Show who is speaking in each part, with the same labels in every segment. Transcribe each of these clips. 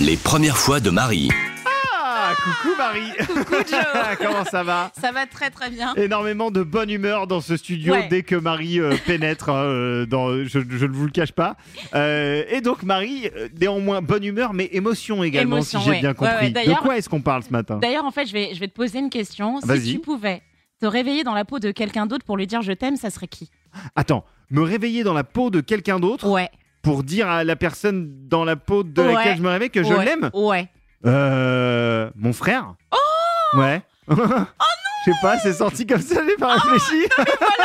Speaker 1: Les premières fois de Marie.
Speaker 2: Ah, coucou Marie
Speaker 3: Coucou Joe
Speaker 2: Comment ça va
Speaker 3: Ça va très très bien.
Speaker 2: Énormément de bonne humeur dans ce studio
Speaker 3: Ouais.
Speaker 2: dès que Marie euh, pénètre, hein, euh, dans, je, je ne vous le cache pas. Euh, et donc Marie, euh, néanmoins bonne humeur, mais émotion également,
Speaker 3: Émotion,
Speaker 2: si j'ai
Speaker 3: ouais.
Speaker 2: bien
Speaker 3: Ouais,
Speaker 2: compris.
Speaker 3: ouais,
Speaker 2: de
Speaker 3: d'ailleurs-
Speaker 2: quoi est-ce qu'on parle ce matin
Speaker 3: D'ailleurs, en fait, je vais, je vais te poser une question.
Speaker 2: Vas-y.
Speaker 3: Si tu pouvais te réveiller dans la peau de quelqu'un d'autre pour lui dire je t'aime, ça serait qui
Speaker 2: Attends, me réveiller dans la peau de quelqu'un d'autre
Speaker 3: Ouais.
Speaker 2: pour dire à la personne dans la peau de
Speaker 3: Ouais.
Speaker 2: laquelle je me réveille que je
Speaker 3: ouais,
Speaker 2: l'aime
Speaker 3: Ouais.
Speaker 2: Euh, mon frère Oh Ouais. oh non Je sais pas, c'est sorti comme ça, j'ai pas
Speaker 3: Ah,
Speaker 2: réfléchi.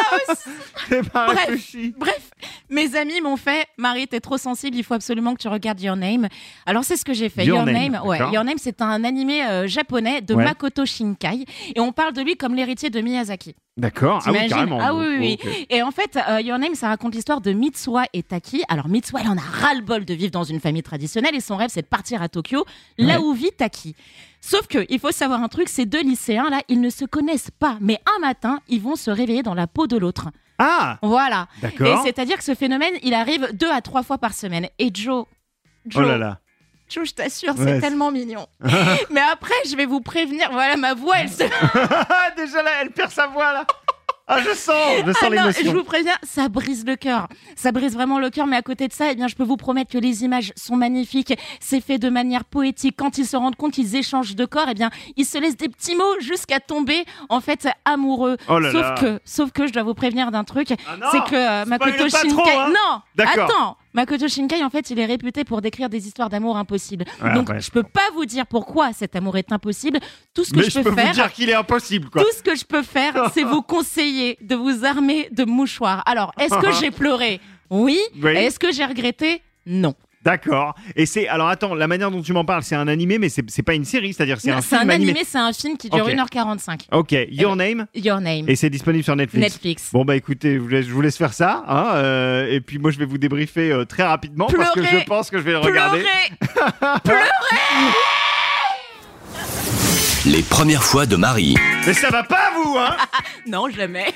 Speaker 2: j'ai pas
Speaker 3: Bref.
Speaker 2: réfléchi.
Speaker 3: Bref, mes amis m'ont fait Marie, t'es trop sensible, il faut absolument que tu regardes Your Name. Alors, c'est ce que j'ai fait.
Speaker 2: Your Name,
Speaker 3: ouais.
Speaker 2: d'accord.
Speaker 3: Your Name, c'est un animé euh, japonais de
Speaker 2: Ouais.
Speaker 3: Makoto Shinkai. Et on parle de lui comme l'héritier de Miyazaki.
Speaker 2: D'accord. Ah oui,
Speaker 3: T'imagines
Speaker 2: carrément.
Speaker 3: Ah oui, oui,
Speaker 2: Ok.
Speaker 3: Et en fait, euh, Your Name, ça raconte l'histoire de Mitsuha et Taki. Alors, Mitsuha, elle en a ras-le-bol de vivre dans une famille traditionnelle et son rêve, c'est de partir à Tokyo, là
Speaker 2: Ouais.
Speaker 3: où vit Taki. Sauf que, il faut savoir un truc, ces deux lycéens, là, ils ne se connaissent pas. Mais un matin, ils vont se réveiller dans la peau de l'autre.
Speaker 2: Ah
Speaker 3: Voilà. Et
Speaker 2: D'accord.
Speaker 3: c'est-à-dire que ce phénomène, il arrive deux à trois fois par semaine. Et Joe.
Speaker 2: Oh
Speaker 3: Joe,
Speaker 2: là là.
Speaker 3: Joe, je t'assure,
Speaker 2: Ouais,
Speaker 3: c'est
Speaker 2: c'est-
Speaker 3: tellement mignon. Mais après, je vais vous prévenir. Voilà, ma voix, elle se
Speaker 2: Ah, déjà là, elle perd sa voix là. Ah, je sens, je sens
Speaker 3: Ah non, je
Speaker 2: l'émotion.
Speaker 3: vous préviens, ça brise le cœur. Ça brise vraiment le cœur, mais à côté de ça, eh bien, je peux vous promettre que les images sont magnifiques. C'est fait de manière poétique. Quand ils se rendent compte qu'ils échangent de corps, eh bien, ils se laissent des petits mots jusqu'à tomber, en fait, amoureux.
Speaker 2: Oh là
Speaker 3: sauf
Speaker 2: là.
Speaker 3: que, sauf que je dois vous prévenir d'un truc.
Speaker 2: Ah non,
Speaker 3: c'est que euh, Makoto
Speaker 2: spoil pas
Speaker 3: Shinkai.
Speaker 2: trop, hein.
Speaker 3: Non,
Speaker 2: D'accord.
Speaker 3: attends. Makoto Shinkai, en fait, il est réputé pour décrire des histoires d'amour impossibles.
Speaker 2: Ouais,
Speaker 3: Donc,
Speaker 2: ouais,
Speaker 3: je peux pas vous dire pourquoi cet amour est impossible. Tout ce que
Speaker 2: Mais
Speaker 3: je,
Speaker 2: je peux vous
Speaker 3: faire,
Speaker 2: dire qu'il est impossible quoi.
Speaker 3: tout ce que je peux faire, c'est vous conseiller de vous armer de mouchoirs. Alors, est-ce que j'ai pleuré Oui.
Speaker 2: Oui.
Speaker 3: Est-ce que j'ai regretté Non.
Speaker 2: D'accord. Et c'est. Alors attends, la manière dont tu m'en parles, c'est un animé, mais c'est c'est pas une série, c'est-à-dire c'est
Speaker 3: Non,
Speaker 2: un
Speaker 3: C'est
Speaker 2: film
Speaker 3: un
Speaker 2: animé.
Speaker 3: animé, c'est un film qui dure
Speaker 2: Ok.
Speaker 3: 1h45.
Speaker 2: Ok, Your Name,
Speaker 3: Your Name.
Speaker 2: et c'est disponible sur
Speaker 3: Netflix.
Speaker 2: Bon bah écoutez, je vous laisse, je vous laisse faire ça, hein, euh, et puis moi je vais vous débriefer euh, très rapidement parce que
Speaker 3: Pleurez.
Speaker 2: je pense que je vais le regarder.
Speaker 3: Pleurez
Speaker 1: Les premières fois de Marie.
Speaker 2: Mais ça va pas vous, hein
Speaker 3: Non, jamais.